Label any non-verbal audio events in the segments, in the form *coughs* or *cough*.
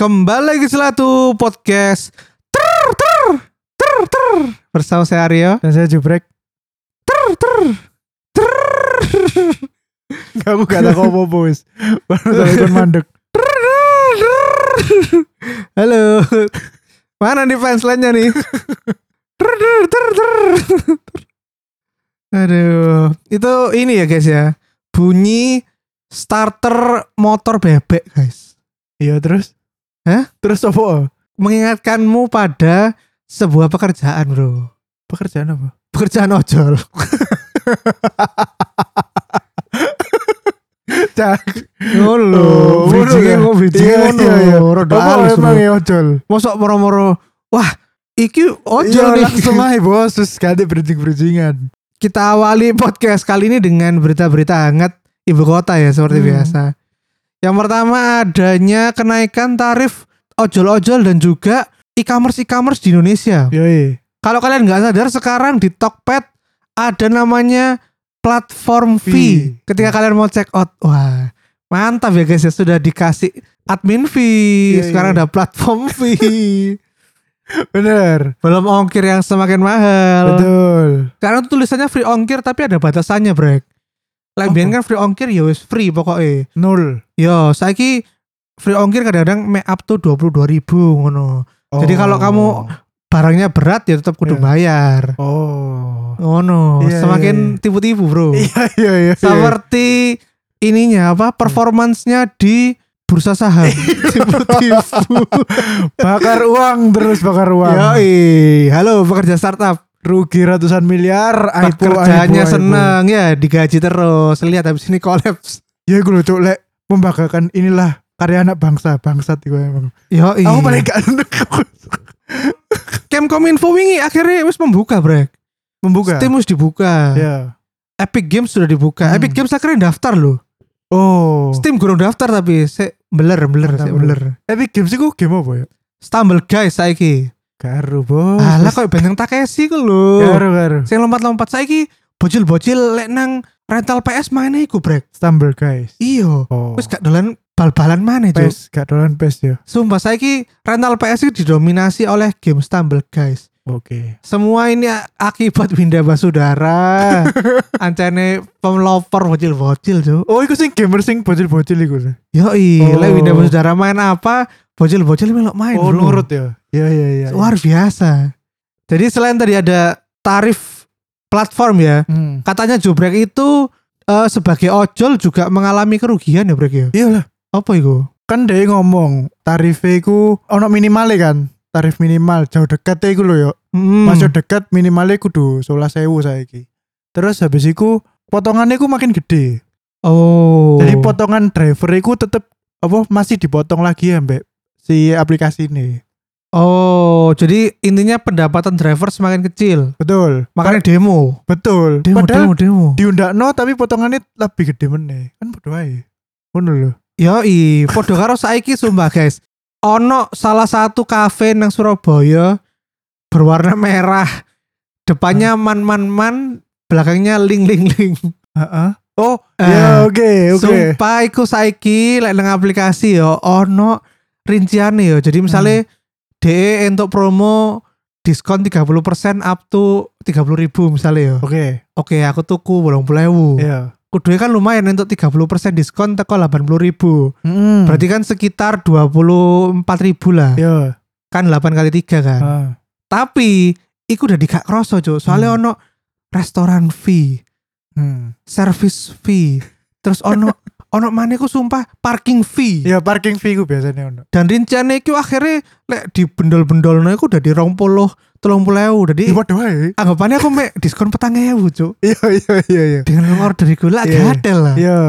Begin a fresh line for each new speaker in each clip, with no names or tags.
kembali lagi selatu podcast ter ter ter ter bersama saya
*laughs*
Aryo
Dan saya Jubrek.
ter ter ter
Gak, aku gak ada *laughs* kopo bos. Baru tadi kan mandek.
halo mana nih fans lainnya nih ter ter ter ter aduh itu ini ya guys ya bunyi starter motor bebek guys
Iya terus?
Hah?
Terus apa?
mengingatkanmu pada sebuah pekerjaan bro
Pekerjaan apa?
pekerjaan ojol *laughs*
Cak.
Ngono
Oh,
bridgingnya
ngono
kok bridgingnya
Iya,
ngono.
iya, iya.
Rada
Apa
halus,
emang
bro.
ya ojol?
Mosok moro-moro. Wah, iki ojol
Iya
nih.
langsung aja bos. Terus ganti bridging-bridgingan.
*laughs* Kita awali podcast kali ini dengan berita-berita hangat ibu kota ya seperti
Hmm.
biasa. Yang pertama adanya kenaikan tarif ojol-ojol dan juga e-commerce e-commerce di Indonesia.
Yoi.
Kalau kalian nggak sadar sekarang di Tokped ada namanya platform fee.
Fee.
Ketika kalian mau check out, wah mantap ya guys ya sudah dikasih admin fee.
Iya,
sekarang ada
iya.
platform fee. *laughs*
Bener.
Belum ongkir yang semakin mahal.
Betul.
Karena tuh tulisannya free ongkir tapi ada batasannya, Brek. Lah
Apa?
biyen kan free ongkir ya wis free pokoknya.
Nol.
Yo, saiki free ongkir kadang-kadang make up to 22.000 ngono. Jadi
Oh.
kalau kamu- Barangnya berat ya tetap kudu
Iya.
bayar.
Oh.
Ngono,
Iya,
semakin
iya, iya.
tipu-tipu, Bro.
Iya iya iya.
Seperti ininya apa? Performansnya di bursa *laughs* saham. tipu-tipu.
*laughs* Bakar uang terus bakar uang.
Yoi, halo pekerja startup.
Rugi ratusan miliar. Aibu,
kerjanya
aibu, aibu.
seneng ya digaji terus lihat habis ini kolaps
Ya gue lucu lek membanggakan inilah karya anak bangsa bangsat gue emang.
yo
Aku paling gak
Kemkominfo wingi akhirnya wis membuka brek
membuka.
Steam wis dibuka
Ya.
Epic Games sudah dibuka
Hmm.
Epic Games akhirnya daftar loh
Oh.
Steam gurung daftar tapi se beler beler
Mantap,
sik
bro.
beler
Epic Games itu game apa ya?
stumble guys saiki
Garu bos.
alah kok benteng Takeshi ku lho
Garu garu.
sing lompat-lompat saiki bocil-bocil lek nang rental PS mana iku brek
Stumble guys.
iyo
Oh.
wis gak dolan bal-balan mana itu
PES, gak dolan PES ya.
sumpah saiki rental PS itu didominasi oleh game stumble guys
Oke.
Semua ini a- akibat *laughs* Winda
*laughs*
Basudara. Ancane pemelopor bocil-bocil, Cuk.
Oh, iku sing gamer sing bocil-bocil iku. lho.
Yoi,
Oh.
lah Winda Basudara main apa? Bocil-bocil melok main. bro.
Oh, nurut ya. Iya iya iya.
Luar biasa. Jadi selain tadi ada tarif platform ya.
Hmm.
Katanya Jubrek itu eh, sebagai ojol juga mengalami kerugian ya, Brek ya.
Iya lah.
Apa itu?
Kan dia ngomong tarifnya iku ono minimalnya kan. Tarif minimal jauh dekat iku lho ya.
Hmm.
Masuk dekat minimalnya kudu 11.000 saiki. Terus habis iku potongannya iku makin gede.
Oh.
Jadi potongan driver itu tetap apa masih dipotong lagi ya Mbak si aplikasi ini.
Oh, jadi intinya pendapatan driver semakin kecil.
Betul.
Makanya demo.
betul.
Demo, demo,
Padahal
demo.
diundakno tapi potongannya lebih gede meneh. Kan bodoh ae. Ngono lho. *laughs*
Yoi, podo karo saiki sumpah guys. Ono salah satu kafe nang Surabaya berwarna merah. Depannya man man man, belakangnya ling ling ling.
Heeh. Oh,
Eh,
ya oke, oke.
Sumpah iku saiki lek nang aplikasi yo ono rinciane yo. Jadi
Hmm.
misalnya DE untuk promo diskon 30% up to 30.000 misalnya yo.
Oke,
Oke, aku tuku 80.000.
iya.
Kudunya kan lumayan untuk 30% diskon teko 80.000.
Mm.
Berarti kan sekitar 24.000 lah.
iya.
Kan 8 kali 3 kan.
Ah.
Tapi iku udah dikak kroso, Cuk. Soalnya
Hmm.
ono restoran fee,
Hmm.
service fee, terus
*laughs*
ono ono mana ku sumpah parking fee.
Iya, parking fee ku biasanya ono.
Dan rinciannya iku akhirnya lek di bendol-bendol iku udah di 20 30.000. Jadi
Iya bodoh ae.
anggapannya aku mek diskon petang ewu, Cuk.
Iya, iya, iya, iya.
Dengan order iku lah
Iya.
gadel lah.
Iya.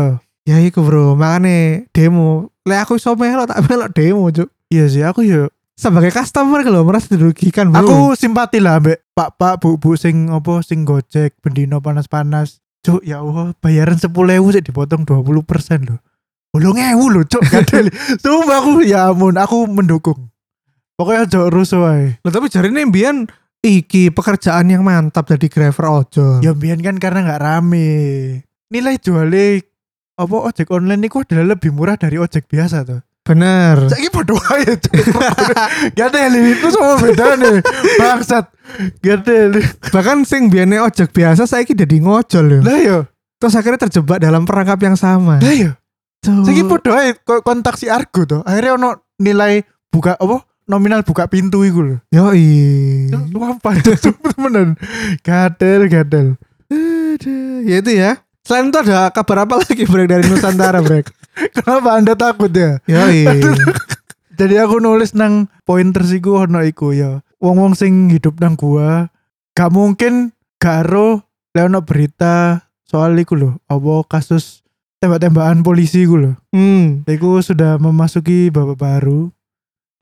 Ya iku, Bro. Makane demo. Lek aku iso melok tak melok demo, Cuk.
Iya sih, aku ya.
Sebagai customer kalau merasa dirugikan, Bro.
Aku simpati lah ambek pak-pak bu-bu sing apa sing Gojek bendino panas-panas. Cuk, ya Allah, bayaran 10.000 sik dipotong 20% loh. Ulung ewu loh, cuk. Kadel. Sumpah aku ya ampun, aku mendukung. Pokoknya aja rusuh ae.
Loh, tapi jari ini mbiyen iki pekerjaan yang mantap dari driver ojol.
Ya mbiyen kan karena nggak rame. Nilai jualnya apa ojek online itu adalah lebih murah dari ojek biasa tuh.
Bener.
Saiki padha wae Cuk. Gak ada li, itu semua beda nih. Bangsat. Gak ada li.
Bahkan sing biane ojek biasa saiki jadi ngojol loh.
Lah yo,
Terus akhirnya terjebak dalam perangkap yang sama.
lah yo.
Cuk.
Saiki padha wae ko- kontak si Argo to. Akhirnya ono nilai buka apa? Nominal buka pintu iku lho.
Yoi.
Luampan *laughs* Cuk, temenan. Gadel, gadel.
Aduh, Ya itu ya. Selain itu ada kabar apa lagi Brek dari Nusantara Brek?
Kenapa Anda takut ya?
*laughs* Yoi.
Jadi aku nulis nang pointer siku ono iku ya. Wong-wong sing hidup nang gua gak mungkin gak ero lek ono berita soal iku lho, apa kasus tembak-tembakan polisi iku lho.
Hmm.
Iku sudah memasuki babak baru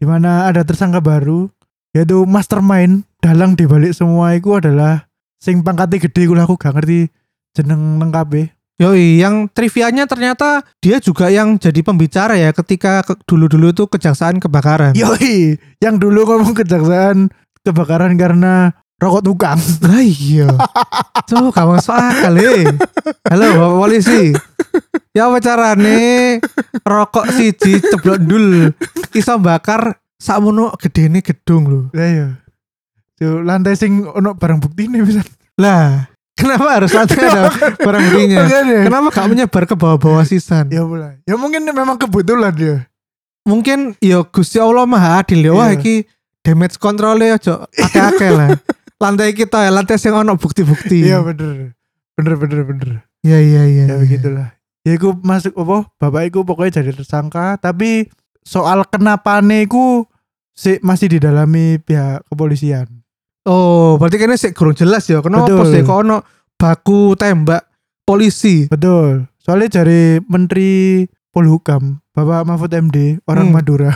di mana ada tersangka baru yaitu mastermind dalang di balik semua iku adalah sing pangkatnya gede iku lho, aku gak ngerti jeneng lengkapnya
Yoi, yang trivianya ternyata dia juga yang jadi pembicara ya ketika ke- dulu-dulu itu kejaksaan kebakaran.
Yoi, yang dulu ngomong kejaksaan kebakaran karena rokok tukang.
Lah *laughs* iya. Tuh kamu masuk akal eh. Halo Bapak polisi. Ya apa carane rokok siji ceblok dul iso bakar sakmono gedene gedung lho.
Lah ya. Yo lantai sing ono barang bukti nih bisa.
Lah, kenapa harus ada ada *laughs* barang buktinya?
*laughs* Makanya.
Kenapa gak menyebar ke bawah-bawah sisan?
Ya mulai. Ya mungkin ini memang kebetulan ya.
Mungkin ya Gusti Allah Maha Adil ya. Wah
Iya.
iki damage control-e aja akeh-akeh lah. Lantai kita ya, lantai sing ono bukti-bukti. Iya,
Iya bener. Bener bener bener.
iya, iya.
Ya begitulah. Ya iku masuk apa? Bapak iku pokoknya jadi tersangka, tapi soal kenapa iku si masih didalami pihak kepolisian.
Oh, berarti kayaknya sih kurang jelas ya. Kenapa
Betul.
sih kok ono baku tembak polisi?
Betul. Soalnya dari Menteri Polhukam, Bapak Mahfud MD, orang
Hmm. *laughs*
Madura.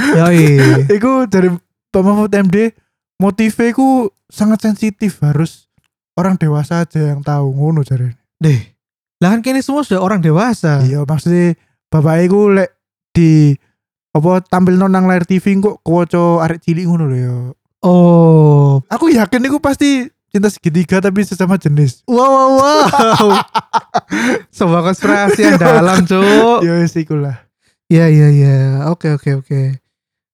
Ya, Yoi.
*laughs* Iku dari Pak Mahfud MD motifnya iku sangat sensitif harus orang dewasa aja yang tahu ngono jare.
Deh. Lah kan kini semua sudah orang dewasa.
Iya maksudnya bapak iku lek di apa tampil nang layar TV kok koco arek cilik ngono lho ya.
Oh.
Aku yakin iku pasti cinta segitiga tapi sesama jenis.
Wow wow wow. *laughs* Sebuah konspirasi yang dalam, Cuk.
Ya wis iku lah.
Iya iya iya. Oke oke oke.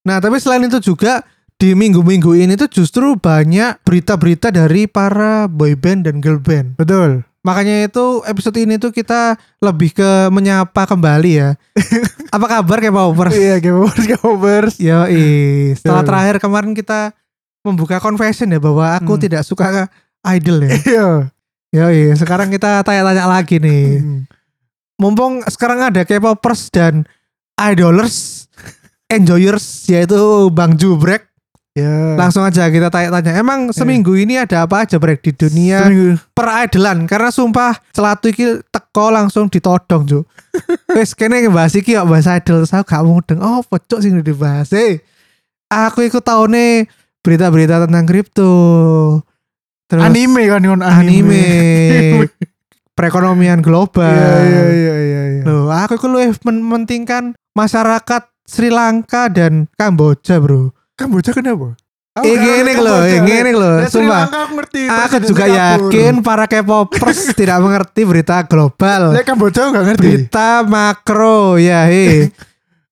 Nah tapi selain itu juga di minggu-minggu ini tuh justru banyak berita-berita dari para boy band dan girl band.
Betul.
Makanya itu episode ini tuh kita lebih ke menyapa kembali ya.
*laughs*
Apa kabar kayak Powers? *laughs*
Iya, game Gamers Gamers.
Yo Setelah
Betul.
terakhir kemarin kita membuka confession ya bahwa aku
Hmm.
tidak suka idol ya.
Iya.
Yo Sekarang kita tanya-tanya lagi nih.
Hmm.
mumpung sekarang ada K-popers dan idolers, enjoyers yaitu Bang Jubrek.
Ya.
Langsung aja kita tanya-tanya. Emang
Iya.
seminggu ini ada apa aja Brek di dunia
Seminggu.
peridolan? Karena sumpah celatu iki teko langsung ditodong,
*laughs*
Cuk. Wis kene bahas iki kok bahas idol saya gak mudeng. Oh, pocok sing dibahas. Eh, aku ikut tahunnya berita-berita tentang kripto. Terus anime,
anime kan kon anime.
perekonomian global.
*laughs* Iya iya iya iya iya.
Loh, aku itu lebih mementingkan masyarakat Sri Lanka dan Kamboja, bro.
Kamboja kenapa? Aku
Eh,
gak ngerti
gini loh,
Oh, Kamboja,
eh,
Le.
gini loh,
Lah, Sri
sumpah.
Lanka Aku ngerti.
Aku
presiden
juga
Singapura.
yakin para
*laughs*
K-popers tidak mengerti berita global,
Lek Kamboja aku gak ngerti.
berita makro, ya
*laughs*
he.
Oh.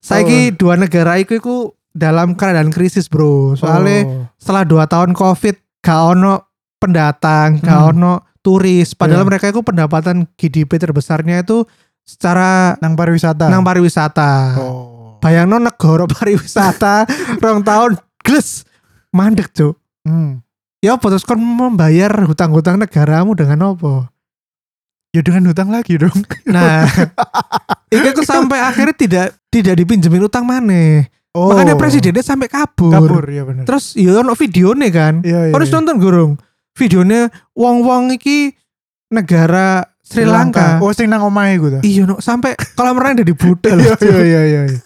Saiki dua negara itu iku dalam keadaan krisis, bro. Soalnya
Oh.
setelah dua tahun COVID, gak ono pendatang, gak
Hmm.
ono turis. Padahal
Iya.
mereka itu pendapatan GDP terbesarnya itu secara
nang pariwisata.
nang Nah. pariwisata.
Ah. Oh.
Bayangno negara *laughs* pariwisata rong tahun gles mandek cuk.
Hmm.
Ya apa terus kon membayar hutang-hutang negaramu dengan apa?
Ya dengan hutang lagi dong.
*laughs* Nah, itu aku sampai akhirnya tidak tidak dipinjemin utang maneh.
Oh.
Makanya presidennya sampai kabur.
kabur ya benar.
Terus ya ono videone kan.
Iya iya.
Harus
iya.
nonton gurung. Videonya wong-wong iki negara Sri Lanka.
Oh sing nang omahe iku ta.
Iya no, sampai kalau mereka *laughs* jadi budal.
*laughs* Iya iya iya iya. iya.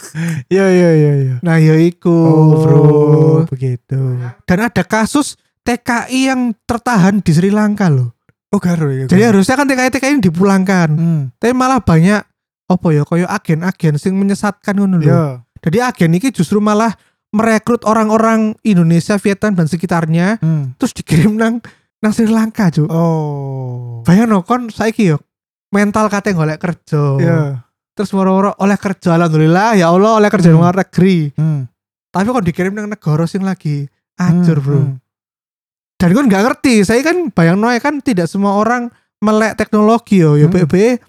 Iya iya iya iya.
Nah, ya iku, bro.
begitu.
dan ada kasus TKI yang tertahan di Sri Lanka loh.
Oh garo ya.
Jadi
garo.
harusnya kan TKI TKI ini dipulangkan,
Hmm.
tapi malah banyak apa ya koyo agen-agen sing menyesatkan ngono lho.
Iya.
Jadi agen ini justru malah merekrut orang-orang Indonesia, Vietnam dan sekitarnya
Hmm.
terus dikirim nang nang Sri Lanka, Cuk.
Oh.
Bayangno kon saiki yo mental kate golek kerja.
Iya.
terus moro-moro oleh kerja alhamdulillah ya Allah oleh kerja
Hmm.
luar negeri
Hmm.
tapi kok dikirim nang negara sing lagi acur
Hmm,
bro
hmm.
dan gue nggak ngerti saya kan bayang kan tidak semua orang melek teknologi yo yo
Hmm.
PB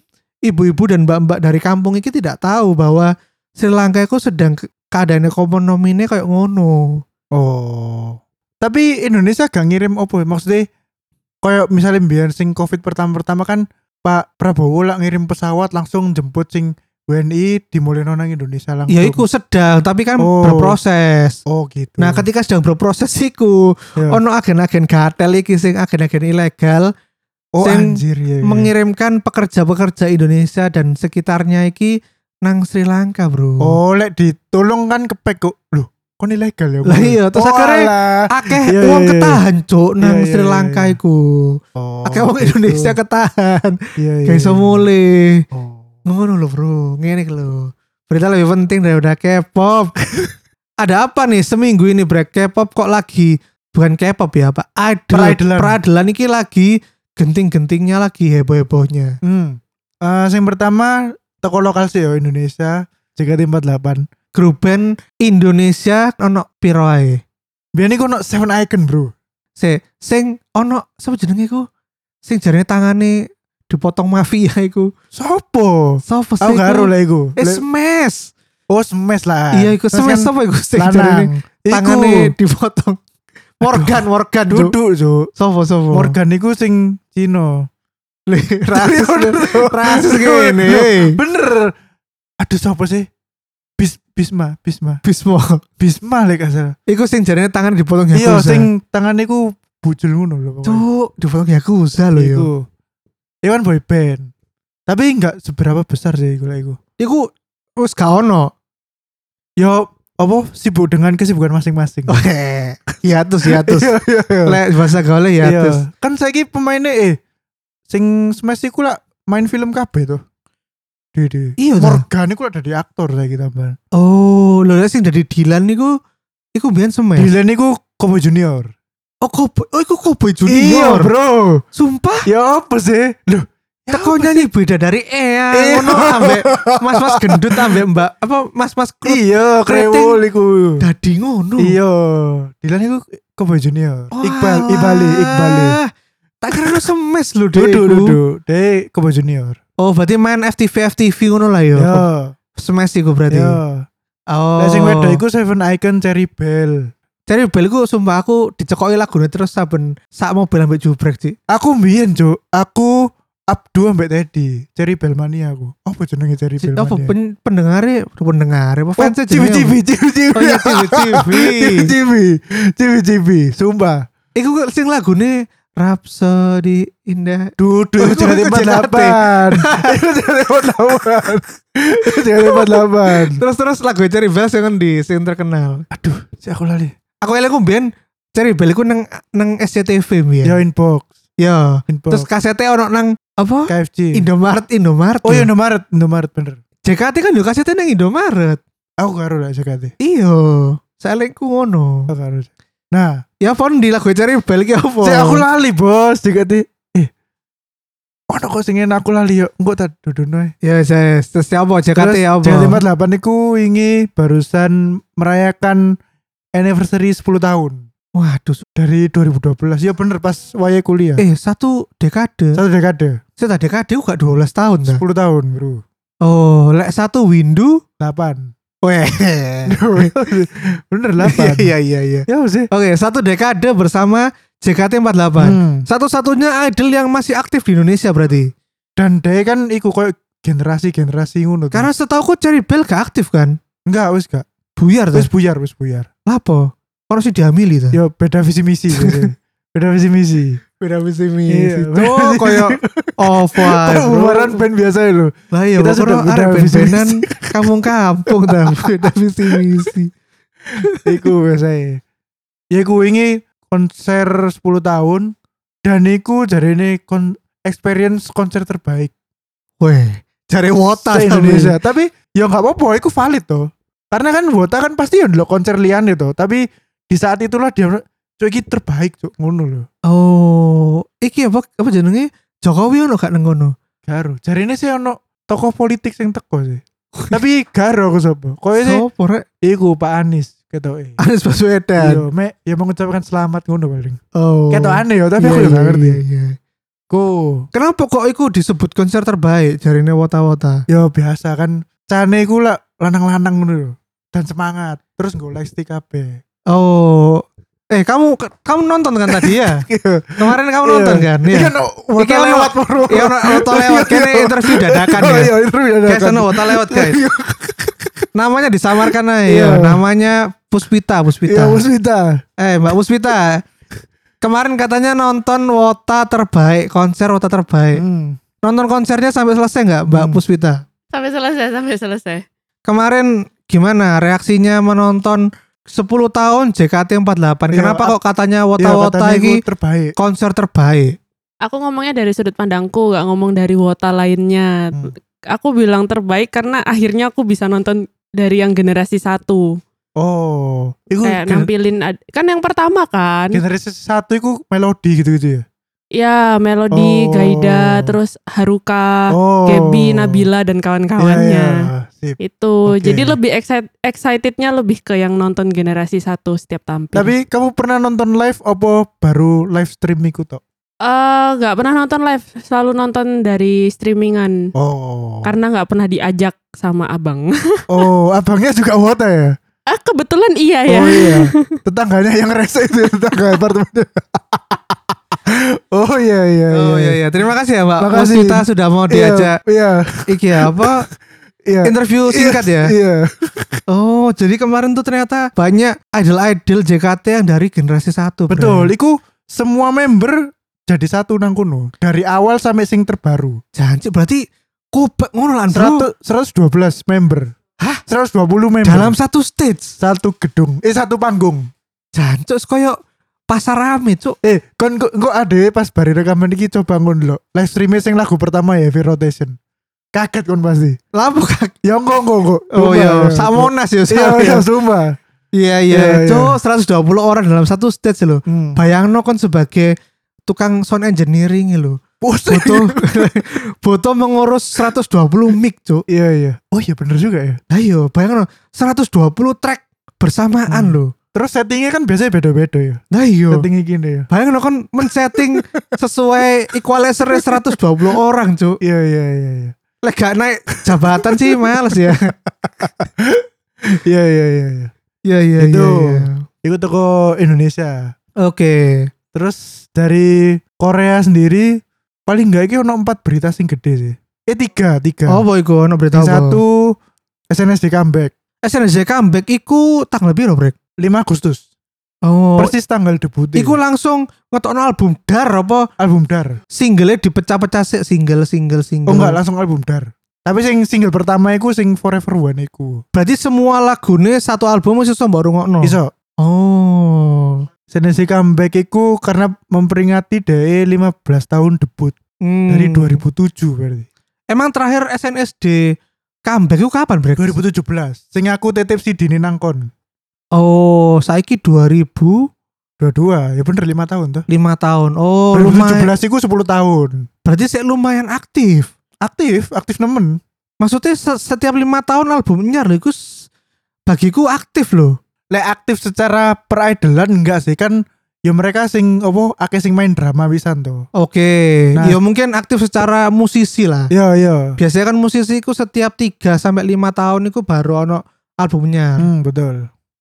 ibu-ibu dan mbak-mbak dari kampung ini tidak tahu bahwa Sri Lanka itu sedang ke- keadaan ekonominya kayak ngono
Oh. Tapi Indonesia gak ngirim opo ya? maksudnya kayak misalnya biar sing Covid pertama-pertama kan Pak Prabowo lah ngirim pesawat langsung jemput sing WNI di Mulyono nang Indonesia langsung.
ya iku sedang tapi kan
Oh.
berproses
Oh gitu.
nah ketika sedang berproses iku
Ya.
ono agen-agen gatel iki sing agen-agen ilegal
oh
sing
anjir ya. ya.
mengirimkan pekerja-pekerja Indonesia dan sekitarnya iki nang Sri Lanka bro
Oh lek ditolong kan kepek kok. Loh, kon ilegal ya.
Lah iya, terus
Oh,
akhirnya-
alah.
akeh
Iya,
wong
iya, iya.
ketahan cuk nang
Iya, iya,
Sri
iya,
Lanka
iya.
iku.
Oh,
akeh wong
gitu.
Indonesia ketahan.
Iya, iya,
Kayak iso
iya.
mulih.
Oh.
Ngono lho, Bro. Ngene iki lho. Berita lebih penting daripada
*laughs*
K-pop. Ada apa nih seminggu ini break K-pop kok lagi bukan K-pop ya, Pak. Idol
Peradilan.
peradilan iki lagi genting-gentingnya lagi heboh-hebohnya.
Hmm. Eh, sing pertama toko lokal sih ya Indonesia JKT48.
Grup band Indonesia ono piro ae?
Biar ini kono Seven Icon bro.
Se sing ono sapa jenenge iku? Sing jarene tangane dipotong mafia iku.
Sopo?
Sapa sih?
Aku
iku?
gak aru lah iku.
Eh
Le-
smash.
Oh smash lah.
Iya iku
Terus
smash
kan
apa iku sing
Lanang.
jarene tangane
*laughs*
dipotong. Morgan, Morgan duduk.
duduk jo.
Sopo sopo.
Morgan iku sing Cino. *laughs*
Le, rasis. rasis gini.
gitu. Bener. Aduh sopo sih? Bis Bisma, Bisma.
Bismo.
Bisma lek asal.
Iku sing jarene tangan dipotong yakuza.
Iya sing tangan iku bujul ngono lho pokoknya.
Cuk, dipotong yakuza lho yo.
Iku. Iwan boy band. Tapi enggak seberapa besar sih iku lek iku.
Iku wis gak ono.
Yo Ya, apa sibuk dengan kesibukan masing-masing.
Oke. *laughs* Hiatus, hiatus.
Iya, iya, iya.
Oh, iya, Lek bahasa gaulnya hiatus.
Iya. Kan saiki pemainnya eh sing Smash iku lah main film kabeh tuh. Dede.
Iya, ta?
Morgan iku lah dari aktor saiki tambah.
Oh, lho lek sing dari Dilan niku iku biyen smash.
Dylan iku Kobo Junior.
Oh, Cowboy- oh iku Cowboy Junior.
Iya, bro.
Sumpah
Ya apa sih? Loh,
Teko nyanyi beda dari Eyang
Ya Iya.
ngono ambek mas-mas gendut ambek Mbak apa mas-mas klub
iya krewol iku.
dadi ngono.
Iya. Dylan iku Kobo Junior.
Oh,
Iqbal,
alah.
Ibali, Iqbali.
Tak kira lu semes lu deh.
Dudu,
iku.
dudu. Dek Kobo Junior.
Oh, berarti main FTV FTV ngono lah yo.
Iya.
Semes iku berarti.
Iya.
Oh.
Lah sing wedok iku Seven Icon Cherry Bell.
Cari bel iku sumpah aku dicekoki lagune terus saben sak mobil ambek jubrek, Cik.
Aku mbiyen, Cuk. Aku Abdu ambek Teddy, Cherry Belmania aku. Apa jenenge Cherry
Cik,
Belmania?
Apa pen- pendengare, pendengare apa
Oh,
fansnya
cibi
jenenge apa?
cibi cibi cibi.
Oh iya
*laughs*
cibi-cibi.
cibi cibi. Cibi cibi. Sumpah.
Iku kok sing lagune Rhapsody Indah
Dudu
Oh,
itu
itu
JKT48.
*laughs*
Itu JKT48. Itu *laughs* JKT48.
Terus terus lagu Cherry Bell sing endi sing terkenal?
Aduh, si aku lali.
Aku eling ku mbiyen Cherry Bell iku nang nang SCTV mbiyen.
Ya inbox,
Ya.
inbox.
Iya. Terus kasete ono nang apa?
KFC.
Indomaret Indomaret.
Oh
ya.
iya Indomaret, Indomaret bener.
JKT kan yo kasete nang Indomaret.
Aku karo lah JKT.
Iya. Saling ku ngono.
Aku karo. Nah,
Ya pon di lagu Cherry Bell iki apa?
Cek aku lali bos dikati. Eh. Ono kok sing enak aku lali yo. Engko tak dudono ae.
Ya yes, terus ya apa JKT
Terus,
ya apa?
JKT 48 niku wingi barusan merayakan anniversary 10 tahun
Waduh. su-
dari 2012. Ya bener pas waya kuliah.
Eh satu dekade.
Satu dekade,
Saya tak dekade ku gak 12 tahun dah.
10 tahun, Bro.
Oh, lek satu windu.
8.
Weh.
*laughs* bener 8.
Iya iya iya.
Ya apa sih.
Oke, satu dekade bersama JKT48.
Hmm.
Satu-satunya idol yang masih aktif di Indonesia berarti.
Dan dia kan iku koyo generasi-generasi ngono. tuh.
Karena setauku Cherry Bell gak aktif kan?
enggak wis gak.
Buyar Iya,
Wis
tuh.
buyar, wis buyar.
Lapo? Orang sih dihamili tuh.
Yo beda visi misi. gitu.
*laughs*
beda visi misi.
Beda musim itu
Iya, beda musim. *laughs*
koyo Ova.
Kayak bubaran band biasa ya lo.
Lah iya,
Kita
kita
sudah
sudah
beda
ada
visi
benan kampung kampung
*laughs*
dah beda visi misi.
Iku biasa ya. Ya iku ini konser 10 tahun dan iku jadi ini kon experience konser terbaik
Weh, cari wota tapi.
se Indonesia. Tapi ya nggak apa-apa, iku valid toh. Karena kan Wota kan pasti ya ndelok konser liane toh. Tapi di saat itulah dia cuy iki terbaik cuk ngono lho.
Oh, iki apa apa jenenge? Jokowi ono gak neng ngono?
Garu. Jarine sih ono tokoh politik sing teko
*laughs*
sih. Tapi garo aku sapa. Koe Oh, iya sih
Sopo rek?
iku Pak Anies ketoke.
Anies Baswedan.
Yo, me, ya mengucapkan selamat ngono paling.
iya. Oh.
Ketok aneh yo,
Iya,
tapi aku yo
iya,
gak ngerti.
iya, iya.
Ku,
Kenapa kok iku disebut konser terbaik jarine wota-wota?
yo biasa kan. Cane iku lah lanang-lanang ngono lho. Dan semangat. Terus golek stick kabeh.
Oh. Eh, kamu kamu nonton kan tadi ya? Kemarin kamu
*laughs* Iya.
nonton kan?
Iya.
Iya.
Kan wata
ono-
lewat baru.
Iya, ono-
*laughs*
wota lewat kene interview dadakan ya.
Iya, itu
Guys,
dadakan.
ono wota lewat guys. Namanya disamarkan aja.
Iya.
Namanya Puspita,
Iya,
Puspita.
Puspita.
eh, Mbak Puspita. Kemarin katanya nonton wota terbaik, konser wota terbaik.
Hmm.
Nonton konsernya sampai selesai nggak, Mbak
Hmm.
Puspita?
sampai selesai sampai selesai
Kemarin gimana reaksinya menonton 10 tahun JKT48?
Iya,
Kenapa
ap-
kok katanya
Iya,
wota-wota
katanya iku
ini
terbaik.
konser terbaik?
aku ngomongnya dari sudut pandangku gak ngomong dari wota lainnya
Hmm.
aku bilang terbaik karena akhirnya aku bisa nonton dari yang generasi satu
Oh, iku
kayak
gener-
nampilin ad- kan yang pertama kan
generasi satu iku melodi gitu-gitu ya.
ya melodi
Oh.
Gaida terus Haruka
Oh.
Ah, Gaby Nabila dan kawan-kawannya
Iya, iya, sip.
itu
Oke.
jadi lebih excite- excitednya lebih ke yang nonton generasi satu setiap tampil
Tapi kamu pernah nonton live apa baru live stream iku tok?
Eh, nggak pernah nonton live selalu nonton dari streamingan
Oh.
karena nggak pernah diajak sama abang
Oh, abangnya juga wota ya?
ah kebetulan *laughs* iya ya
Oh iya. Tetangganya yang rese itu *laughs* tetangga apartemennya. *laughs* oh iya iya.
Oh iya iya, terima kasih ya Mbak
Makasih.
Puspita sudah mau diajak
Iya,
iki ya,
*laughs*
apa
iya.
interview singkat ya.
Iya.
Oh, jadi kemarin tuh ternyata banyak idol-idol JKT yang dari generasi satu. Bray.
Betul, iku semua member jadi satu nang kuno dari awal sampai sing terbaru.
Janji berarti kubek ngono lan, Bro.
100 112 member.
Hah?
120 member.
Dalam satu stage.
satu gedung. Eh satu panggung.
Jancuk koyo pasar rame, Cuk.
Eh, kon kok kok ade pas bari rekaman iki coba ngon lo. Live streaming sing lagu pertama ya Viral Rotation. Kaget kon pasti.
Lapo kak.
Ya enggak enggak enggak.
Oh
Sumpah,
iya,
ya.
Samonas ya.
Iya,
Sam,
iya,
ya.
sumpah.
Iya iya.
Iya, iya.
Cuk, 120 orang dalam satu stage loh.
Hmm.
Bayangno kan sebagai tukang sound engineering loh.
Pusing.
*laughs* Butuh butuh mengurus 120 mic, Cuk.
Iya, iya. Oh iya bener juga ya.
Ayo, bayangno 120 track bersamaan
Hmm.
loh.
Terus settingnya kan biasanya beda-beda ya.
Nah iya.
Settingnya gini ya.
Bayangno kan men-setting sesuai equalizer e 120 orang, Cuk.
Iya, iya, iya, iya.
Lek gak naik jabatan sih males ya.
Iya, iya, iya, iya.
Iya iya iya.
Itu.
iya.
Iku toko Indonesia.
Oke.
Terus dari Korea sendiri paling enggak iki ono 4 berita sing gede sih. Eh 3, 3.
Oh, boy iku ono berita apa?
satu SNSD comeback
SNSD comeback iku tanggal piro, Brek?
5 Agustus
Oh,
persis tanggal debut e.
iku langsung ngetokno album Dar apa
album Dar
single dipecah-pecah sik single single single.
oh enggak langsung album Dar tapi sing single pertama iku sing Forever One iku
Berarti semua lagune satu album wis iso mbok rungokno.
iso
Oh.
SNSD comeback iku karena memperingati DE 15 tahun debut
Hmm.
dari 2007 berarti
Emang terakhir SNSD comeback iku kapan, Brek?
2017 sing aku titip si Dini Nangkon
Oh, saiki 2005
22 ya bener 5 tahun tuh
tahun. Oh, lumayan.
2017 iku 10 tahun
Berarti sik lumayan aktif.
aktif aktif nemen
Maksudnya se- setiap lima tahun albumnya loh, iku s- bagiku aktif loh.
lek aktif secara peridolan enggak sih kan ya mereka sing apa akeh sing main drama pisan tuh
Oke,
Nah.
ya mungkin aktif secara musisi lah.
ya ya
Biasanya kan musisi itu setiap 3 sampai 5 tahun itu baru ono albumnya.
hmm, betul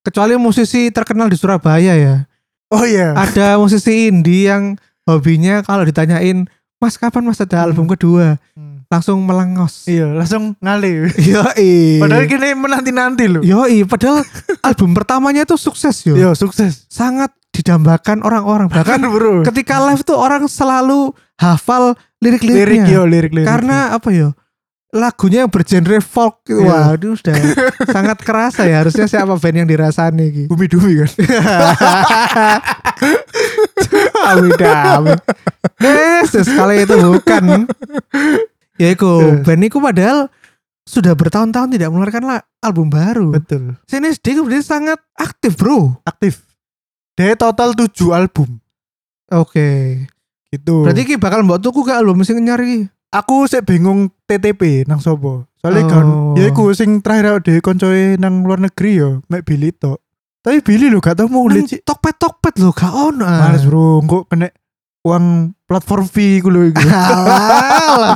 Kecuali musisi terkenal di Surabaya ya.
oh iya
Ada musisi indie yang hobinya kalau ditanyain, "Mas, kapan Mas ada album
Hmm.
kedua?"
Hmm.
langsung melengos.
iya langsung ngalih
Yo i.
padahal gitu. gini menanti nanti loh
Yo padahal album pertamanya itu sukses yo.
yo sukses
Sangat didambakan orang-orang bahkan
kan *laughs* bro
ketika live tuh orang selalu hafal lirik-liriknya.
lirik yo lirik lirik
Karena apa ya? Lagunya yang bergenre folk.
Iya.
Waduh, sudah sangat kerasa ya. Harusnya siapa band yang dirasani gitu.
bumi dumi *laughs* kan
Awi dami. Yes, sekali itu bukan. Ya iku,
Yes.
band iku padahal sudah bertahun-tahun tidak mengeluarkan la- album baru.
betul
SNSD kemudian sangat aktif, Bro.
aktif dari total 7 album
Oke.
gitu
Berarti ki bakal mbok tuku gak album sing nyari?
aku sih bingung TTP nang sopo
Oh.
soalnya kan ya iku sing terakhir ada koncoe nang luar negeri yo mek Billy tok tapi Billy lo gak tau mau
Nang
sih
Tokpet-tokpet Kan lho gak ono. ah.
males bro kok kena uang platform fee ku *laughs* lho iku.
Alah.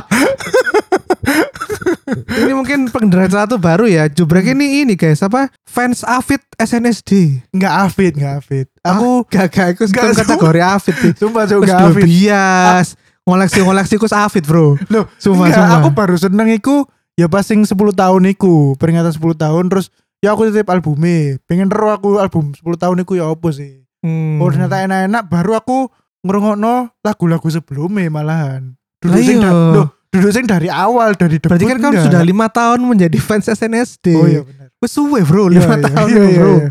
ini mungkin pengendara celatu baru ya. Jubrek ini ini guys apa fans Afid SNSD.
nggak afit nggak afit aku
Gak gak aku
Gak,
sistem kategori Afid. sih.
Ah, sumpah sumpah
Terus
nggak
dua
afit
bias. Ngoleksi-ngoleksi kus Afid bro.
Loh,
Sumpah,
Enggak,
sumpah.
aku baru seneng iku ya pas sing 10 tahun iku, peringatan 10 tahun terus ya aku titip albumnya. Pengen ero aku album 10 tahun iku ya opo sih. Oh
ya.
ternyata enak-enak baru aku ngrungokno lagu-lagu sebelumnya malahan. Duduk
Lah
sing
iya.
da- loh, duduk sing dari awal dari debut.
Berarti kan kamu
enggak?
sudah lima tahun menjadi fans SNSD.
Oh iya benar.
Wes suwe bro,
Iya,
lima
iya,
tahun
iya, iya,
bro.
iya.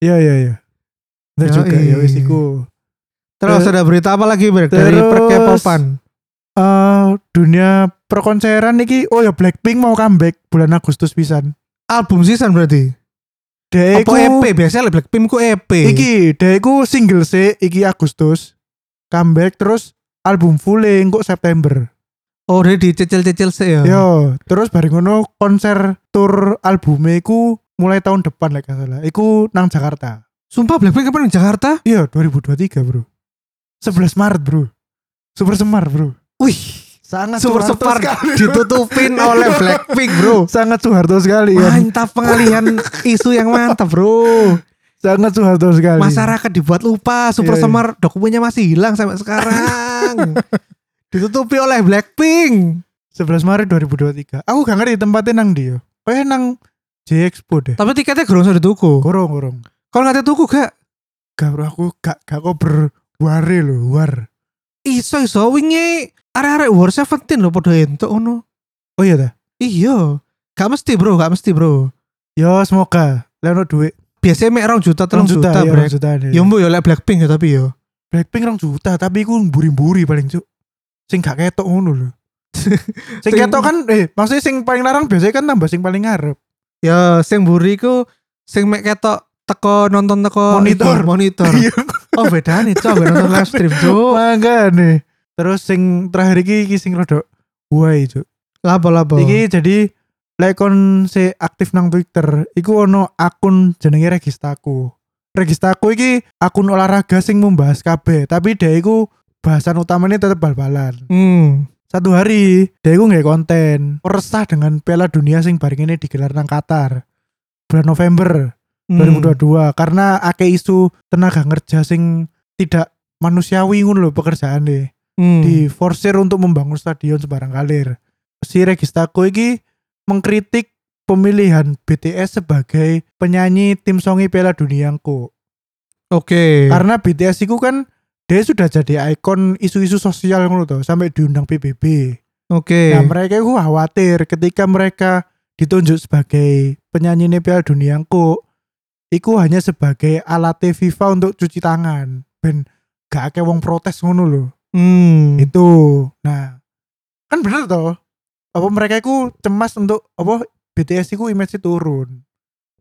Iya iya iya. Bener
Yoi.
juga ya wis iku.
Terus
Ter-
ada berita apa lagi Brek? dari
Terus-
perkepopan?
Eh, dunia perkonseran iki oh ya Blackpink mau comeback bulan Agustus pisan.
Album season berarti.
Dek
apa EP? Biasanya Blackpink ku E EP.
Iki deku single sih iki Agustus. Comeback terus album full engko September.
Oh, dia dicecil-cecil sih ya.
Yo, terus bareng ngono konser tour albume iku mulai tahun depan lek gak salah. Iku nang Jakarta.
Sumpah Blackpink kapan di Jakarta?
Iya, 2023, Bro. 11 Maret, Bro. Super Semar, Bro.
Wih,
Sangat
Super
Soeharto
Semar
sekali.
*laughs* ditutupin oleh Blackpink, Bro.
*laughs* Sangat Soeharto sekali ya.
Mantap pengalihan isu yang mantap, Bro.
Sangat Soeharto sekali.
Masyarakat dibuat lupa, Super
Iya, iya.
Semar dokumennya masih hilang sampai sekarang. *laughs* Ditutupi oleh Blackpink.
11 Maret 2023. Aku gak ngerti tempatnya nang dia. Kayak nang J Expo deh.
Tapi tiketnya gurung sudah tuku.
Gorong, gorong.
Kalau nggak tuku gak
gak bro aku gak gak kok berware lho war
iso iso wingi arek-arek War 17 lho padha entuk ngono.
oh iya dah
Iya. Gak mesti, Bro, gak mesti, Bro.
ya semoga lewat duit
Biasanya mek 2 juta, 3
terus
juta,
ya
Brek.
rong juta
Ya mbok ya lek Blackpink ya tapi ya.
Blackpink rong juta tapi aku buri-buri paling cuk sing gak ketok ngono
*laughs*
lho sing
Sing-
ketok kan eh maksudnya sing paling larang biasanya kan tambah sing paling ngarep
Ya sing mburi ku sing mek ketok teko nonton teko
Monitor.
itu, *laughs* monitor.
*laughs* Iya.
oh beda nih coba nonton live stream *laughs* cuk.
makanya terus sing terakhir iki iki sing rodok why cuk
Lapo lapo.
iki jadi lekon si aktif nang Twitter iku ono akun jenenge Registaku Registaku iki akun olahraga sing membahas kabeh tapi dia iku bahasan utamanya tetep bal-balan
Hmm.
satu hari dia iku nggak konten resah dengan Piala Dunia sing bareng ini digelar nang Qatar bulan November
Hmm.
2022 karena akeh isu tenaga kerja sing tidak manusiawi ngono lho pekerjaan deh
Hmm.
diforsir untuk membangun stadion sembarang kalir. Si Registako iki mengkritik pemilihan BTS sebagai penyanyi tim songi Piala Dunia engko.
Oke.
Karena BTS itu kan dia sudah jadi ikon isu-isu sosial ngono to, sampai diundang PBB.
Oke.
Nah, mereka itu khawatir ketika mereka ditunjuk sebagai penyanyi Piala Dunia engko, iku hanya sebagai alat FIFA untuk cuci tangan. Ben gak akeh wong protes ngono lho
Hmm.
itu nah kan bener toh apa mereka itu cemas untuk apa BTS itu image turun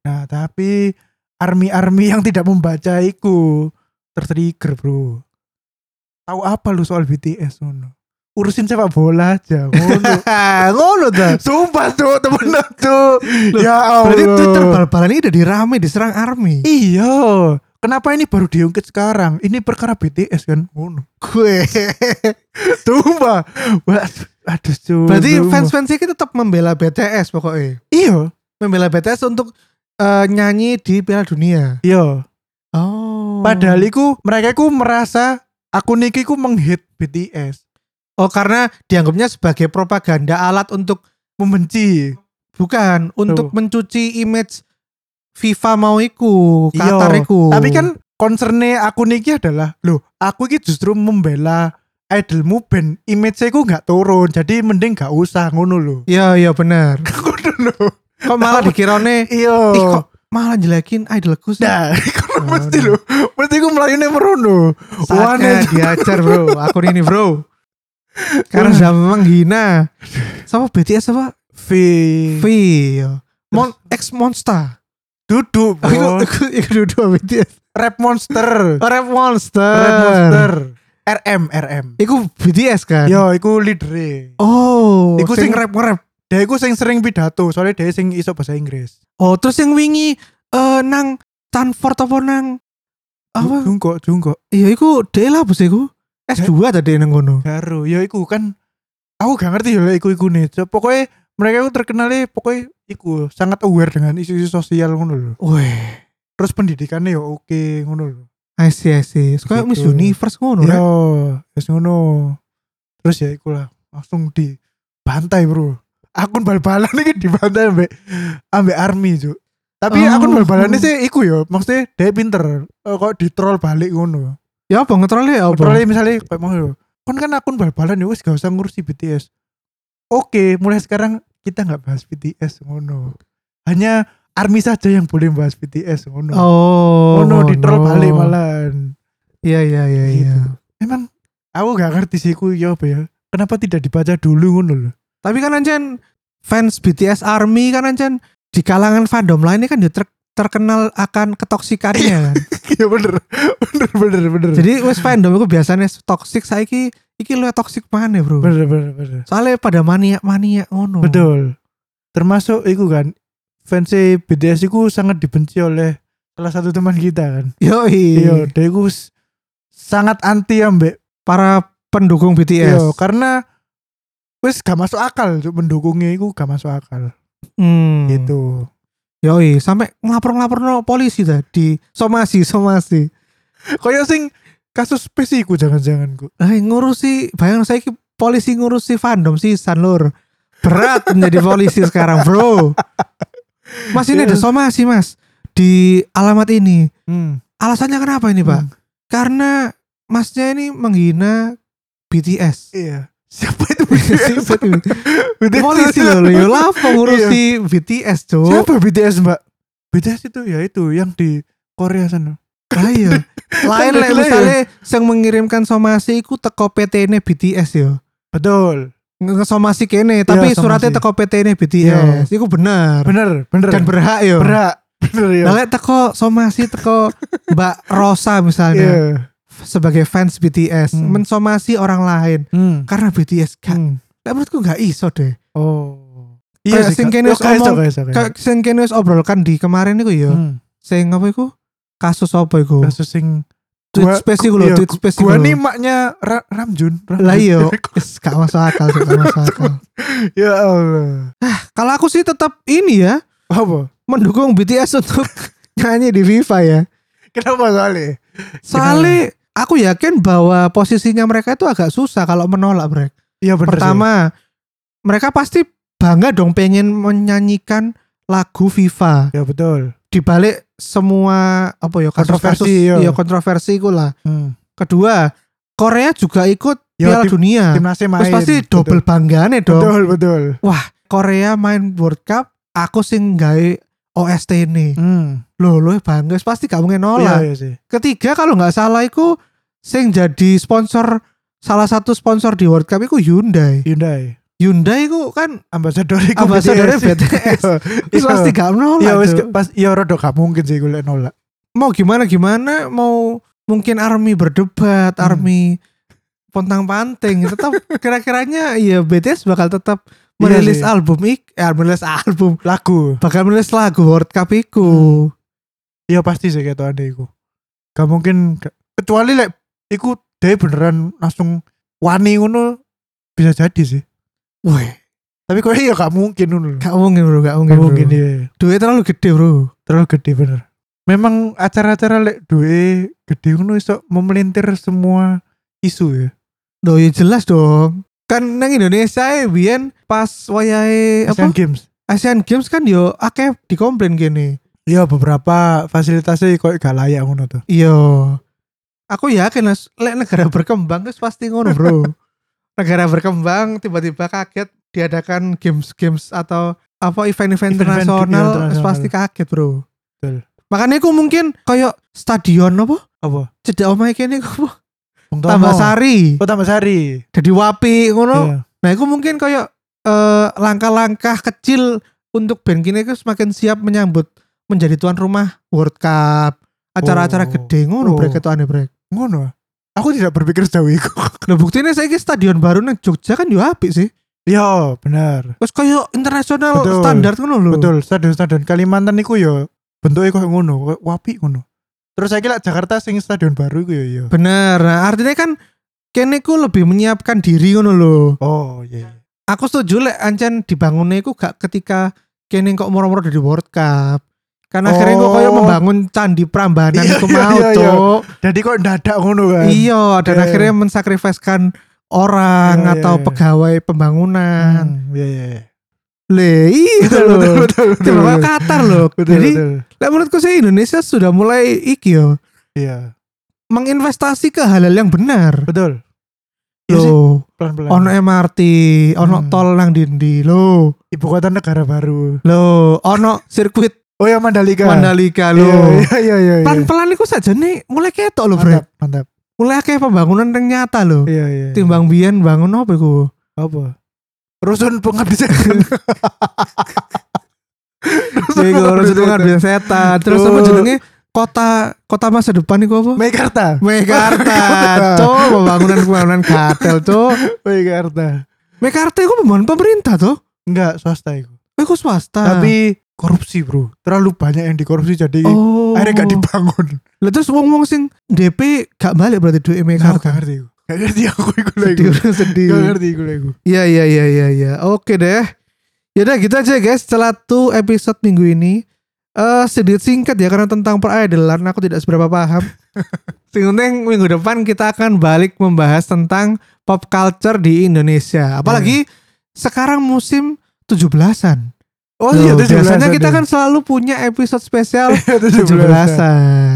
nah tapi army-army yang tidak membaca iku tertrigger bro tahu apa lu soal BTS ngono urusin sepak bola aja
*laughs*
ngono
Ah, Ngono ta.
sumpah tuh temen tuh
Loh,
ya
Berarti Twitter
Allah
bal-balan ini udah dirame diserang army.
iya kenapa ini baru diungkit sekarang ini perkara BTS kan ngono
*laughs* Gue.
sumpah Wah, aduh cuy
Berarti fans-fans ini tetap membela BTS pokoknya.
iya
Membela BTS untuk eh, nyanyi di Piala Dunia.
Iya,
Oh.
padahal iku mereka iku merasa aku niki ku menghit BTS,
Oh karena dianggapnya sebagai propaganda alat untuk
membenci.
bukan untuk
Tuh.
mencuci image FIFA mau iku,
Iya,
Qatar iku.
Tapi kan concernnya aku niki adalah, loh, aku iki justru membela idolmu ben image ku nggak turun, jadi mending gak usah ngono lho.
Iya iya benar.
*laughs* Ngono lho.
Kok malah dikirone
Iya.
ih kok malah jelekin idolku sih.
Nah, *laughs* iku
Oh,
mesti
no.
lho. Mesti ku melayune merono.
Saatnya diajar bro, akun ini bro. Karena sudah menghina. Sama BTS apa?
V Iya.
V. iya. Mon X Monster.
duduk,
Aku
*laughs* bro.
aku- aku duduk sama BTS.
Rap monster.
Rap Monster.
Rap monster. RM RM.
Iku BTS kan?
Yo, iku leader.
Oh,
Iya. iku sing rap rap. Dia iku sing sering pidato, soalnya dia sing iso bahasa Inggris.
Oh, terus yang wingi eh nang Stanford apa nang apa?
Jungkok, jungkok.
Iya, iku dhewe lah bos iku. S2 tadi nang kono.
Baru, yo iku kan aku gak ngerti yo iku iku nih. So, pokoknya mereka itu terkenalnya pokoknya iku sangat aware dengan isu-isu sosial ngono lho.
Weh,
Terus pendidikannya yo oke ngono lho.
I see, I see. Kayak Miss
Gitu.
Universe ngono,
Yo,
right? Ya.
terus ngono. Terus ya iku lah langsung dibantai, Bro. Akun bal-balan iki dibantai ambek ambek army, Cuk. Tapi
Oh.
akun bal-balan sih iku yo, maksudnya dia pinter. Eh, Kok di-troll balik ngono.
Ya apa ngetrolnya ya apa?
Kontrolnya misalnya kayak mau yo. Kon kan akun bal-balan ya wis gak usah ngurusi BTS. Oke, mulai sekarang kita nggak bahas BTS ngono. Hanya army saja yang boleh bahas BTS ngono.
Oh,
ngono di-troll
ngono.
balik malahan.
Iya, iya, iya, iya.
Gitu. Emang aku gak ngerti sih ku ya apa ya. Kenapa tidak dibaca dulu ngono lho.
Tapi kan anjen fans BTS ARMY kan anjen di kalangan fandom lainnya kan ya ter- terkenal akan
*coughs*
ketoksikannya kan.
*laughs* Iya bener. bener bener bener.
Jadi wes fandom itu biasanya toxic saiki iki lu toxic mana bro?
bener bener bener.
Soalnya pada maniak-maniak ngono.
Betul. Termasuk iku kan fans BTS iku sangat dibenci oleh salah satu teman kita kan.
Yoi.
Iya, dia iku s- sangat anti ambek
Para pendukung BTS.
iya karena wis gak masuk akal untuk mendukungnya iku gak masuk akal
Hmm.
gitu.
Yoi, sampai ngelapor-ngelapor no polisi dah di somasi, somasi.
Kayak sing kasus PC iku jangan-jangan ku.
Nah, ngurusi bayang saya ki polisi ngurusi fandom sih Sanlur. Berat *laughs* menjadi polisi sekarang, Bro. Mas ini
Iya.
ada somasi, Mas. Di alamat ini.
Hmm.
Alasannya kenapa ini, Pak? Karena Masnya ini menghina BTS.
Iya. Siapa itu
*laughs*
BTS?
polisi
BTS. *laughs*
loh, lo lah pengurusi
Iya.
BTS, Cuk.
Siapa BTS mbak? BTS itu ya itu yang di Korea sana.
Ah iya. Lain
*laughs* Kan
lek
dodol ya.
misalnya yang mengirimkan somasi iku teko PT ne BTS yo.
Betul.
Nge- Somasi kene, tapi
Iya, somasi.
suratnya teko PT ne BTS. Iku bener.
Bener, bener.
Dan berhak yo.
Berak. Bener ya.
Kan Nah, lek teko somasi
*laughs*
teko Mbak Rosa
Iya.
misalnya sebagai fans BTS
Hmm.
mensomasi orang lain
Hmm.
karena BTS gak,
Hmm.
lek menurutku gak iso deh.
Oh.
Kan. Kayak sing kene
Kayak
ngomong-
kayak iso, kayak iso.
Kayak sing kene wis obrolkan di kemarin iku yo.
Iya. Hmm.
Sing apa iku? Kasus apa iku?
Kasus sing
Tweet
gua-
space iku lho,
iya,
tweet space iku.
gua
lho.
nih maknya Ra- Ramjun. Ramjun.
Lah iya, wis gak masuk akal, Cuk, gak masuk akal.
*laughs* ya Allah.
Kalau aku sih tetap ini ya
Apa?
mendukung BTS untuk *laughs* nyanyi di FIFA ya.
Kenapa soalnya?
Soalnya aku yakin bahwa posisinya mereka itu agak susah kalau menolak mereka.
Iya bener
Pertama, mereka pasti bangga dong pengen menyanyikan lagu FIFA
sih. Ya betul.
di balik semua apa ya kasus-kasus
Kontroversi, iya.
iya, kontroversi iku lah.
Hmm.
Kedua, Korea juga ikut
Ya,
Piala
tim-
Dunia.
Timnasnya main.
Terus pasti
Betul.
double banggane dong.
Betul, betul.
Korea main World Cup, aku sing gawe OST ini.
Hmm.
Loh, loh bangga pasti gak mungkin
Iya,
nolak.
iya sih.
Ketiga kalau nggak salah iku sing jadi sponsor salah satu sponsor di World Cup iku Hyundai.
Hyundai.
Hyundai iku kan
Ambasador iku
ambasadornya
BTS.
BTS. Terus
*laughs*
*laughs*
Iya.
pasti gak nolak.
Ya wis
Cuk.
pas ya rada gak mungkin sih gue lek nolak.
mau gimana gimana mau mungkin army berdebat,
Hmm.
army pontang-panting
*laughs*
tetap kira-kiranya ya BTS bakal tetap
Iya
merilis
sih.
album ik eh, merilis album
Lagu.
bakal merilis lagu World Cup iku.
Ya pasti sih ketok ade iku. Gak mungkin gak- kecuali lek iku dhewe beneran langsung wani ngono bisa jadi sih.
Woi,
Tapi kok ya gak mungkin ngono. lho.
gak mungkin bro, gak mungkin.
Gak
bro.
mungkin ya.
Duit terlalu gede bro.
Terlalu gede bener. Memang acara-acara lek duwe gede ngono iso memelintir semua isu ya.
Loh ya jelas dong. Kan nang Indonesia ya biyen pas wayahe apa
Asian Games.
Asian Games kan yo akeh dikomplain gini.
Ya beberapa fasilitasnya kok gak layak ngono tuh.
Iya. Aku yakin lah, lek negara berkembang itu pasti ngono,
*laughs*
Bro. negara berkembang tiba-tiba kaget diadakan games-games atau apa event-event
Event-event dunia
internasional wis
internasional.
pasti kaget, Bro.
Betul.
Makanya aku mungkin kayak stadion apa?
Apa?
Cedek omahe kene iku apa?
Bung Tomo.
Tambah sari,
Oh, tambah sari.
jadi wapi ngono.
Iya.
Nah, itu mungkin kayak eh, langkah-langkah kecil untuk band kini itu semakin siap menyambut menjadi tuan rumah World Cup, acara-acara
Oh.
gede ngono
Oh.
brek ketokane brek.
ngono Aku tidak berpikir sejauh itu. *laughs*
Nah buktinya saya stadion baru nang Jogja kan yo apik sih.
Yo, bener.
Terus kayak internasional
Betul.
standar kan lho.
Betul, stadion-stadion Kalimantan niku yo bentuke koyo ngono, koyo wapi ngono. Terus saya kira Jakarta sing stadion baru ya, iya. iku yo yo.
Bener. Nah, artinya kan kene ku lebih menyiapkan diri ngono lho.
Oh, iya. iya.
Aku setuju lek ancen dibangunnya iku gak ketika kene kok moro-moro dari World Cup. Karena akhirnya kok kayak
Oh.
membangun candi Prambanan
Iya,
itu
iya,
mau
iya, iya.
Cuk.
Jadi kok dadak ngono kan?
Iya, dan
Iya,
akhirnya mensakrifiskan orang
Iya, iya,
atau
iya.
pegawai pembangunan.
Hmm, iya iya. iya.
Le, iya
Betul
lho.
betul betul.
Itu
betul,
makanya
betul.
Qatar loh.
Betul,
Jadi,
betul.
lek menurutku sih Indonesia sudah mulai iki yo.
Iya,
menginvestasi ke halal yang benar.
betul. Iya sih,
Loh,
pelan-pelan.
ono MRT, ono
Hmm.
tol nang dindi, lo.
Ibu kota negara baru.
Lo, ono sirkuit
Oh ya Mandalika.
Mandalika
*laughs* Iya,
lo.
Iya iya iya. iya.
Pelan-pelan iku saja nih mulai ketok lo, Bre.
Mantap, mantap.
Mulai kayak pembangunan yang nyata lo.
Iya iya. iya.
Timbang biyen bangun apa iku?
apa? Rusun penghabisan. *laughs* Iya,
Iku urus dengan biyen kan setan. Terus apa
Tuh.
jenenge kota kota masa depan iku apa?
Mekarta.
*laughs* Mekarta, cok pembangunan pembangunan katel, cok.
Mekarta.
Mekarta itu pembangunan pemerintah tuh.
Enggak, swasta itu.
Iku swasta.
Tapi korupsi, Bro. Terlalu banyak yang dikorupsi jadi
oh.
akhirnya gak dibangun.
Lah terus wong-wong sing DP gak balik berarti duit
Aku
mereka
gak ngerti iku. Gak ngerti aku iku lagi.
sedih orang sedih.
Gak ngerti iku
*laughs*
lagi.
Iya iya iya iya iya. Oke deh. Ya udah gitu aja guys setelah tuh episode minggu ini. Eh sedikit singkat ya karena tentang peridolan aku tidak seberapa *laughs* paham. Sing penting minggu depan kita akan balik membahas tentang pop culture di Indonesia. Apalagi sekarang musim 17-an.
Oh
Loh,
iya,
biasanya kita kan selalu punya episode *laughs* spesial
17-an.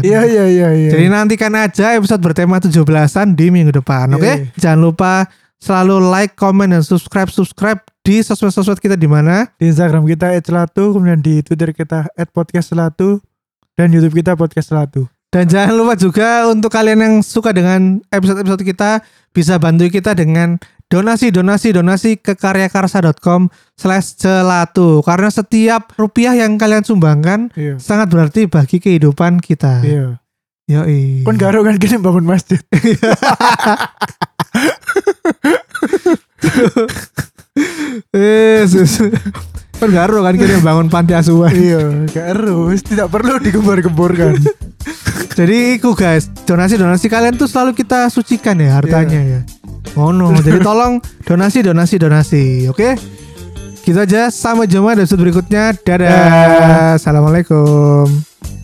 17-an.
Iya iya iya iya.
Jadi nantikan aja episode bertema 17-an di minggu depan,
Iya,
oke?
iya.
Jangan lupa selalu like, comment, dan subscribe, subscribe di sosmed-sosmed kita di mana.
di Instagram kita @selatu, kemudian di Twitter kita @podcastselatu dan YouTube kita podcast selatu.
Dan jangan lupa juga untuk kalian yang suka dengan episode-episode kita bisa bantu kita dengan donasi, donasi, donasi ke karyakarsa.com slash celatu. Karena setiap rupiah yang kalian sumbangkan
Iya.
sangat berarti bagi kehidupan kita.
Iya.
Yoi.
Kon karo kan gini bangun masjid.
Eh, sus. Kan garo kan kira bangun panti asuhan.
iya, karo wis tidak perlu digembar-gemborkan.
Jadi iku guys, donasi-donasi kalian tuh selalu kita sucikan ya hartanya ya. Ngono. Jadi tolong donasi donasi donasi, oke? Gitu Kita aja sama jumpa di episode berikutnya. Dadah.
Dah.
Assalamualaikum.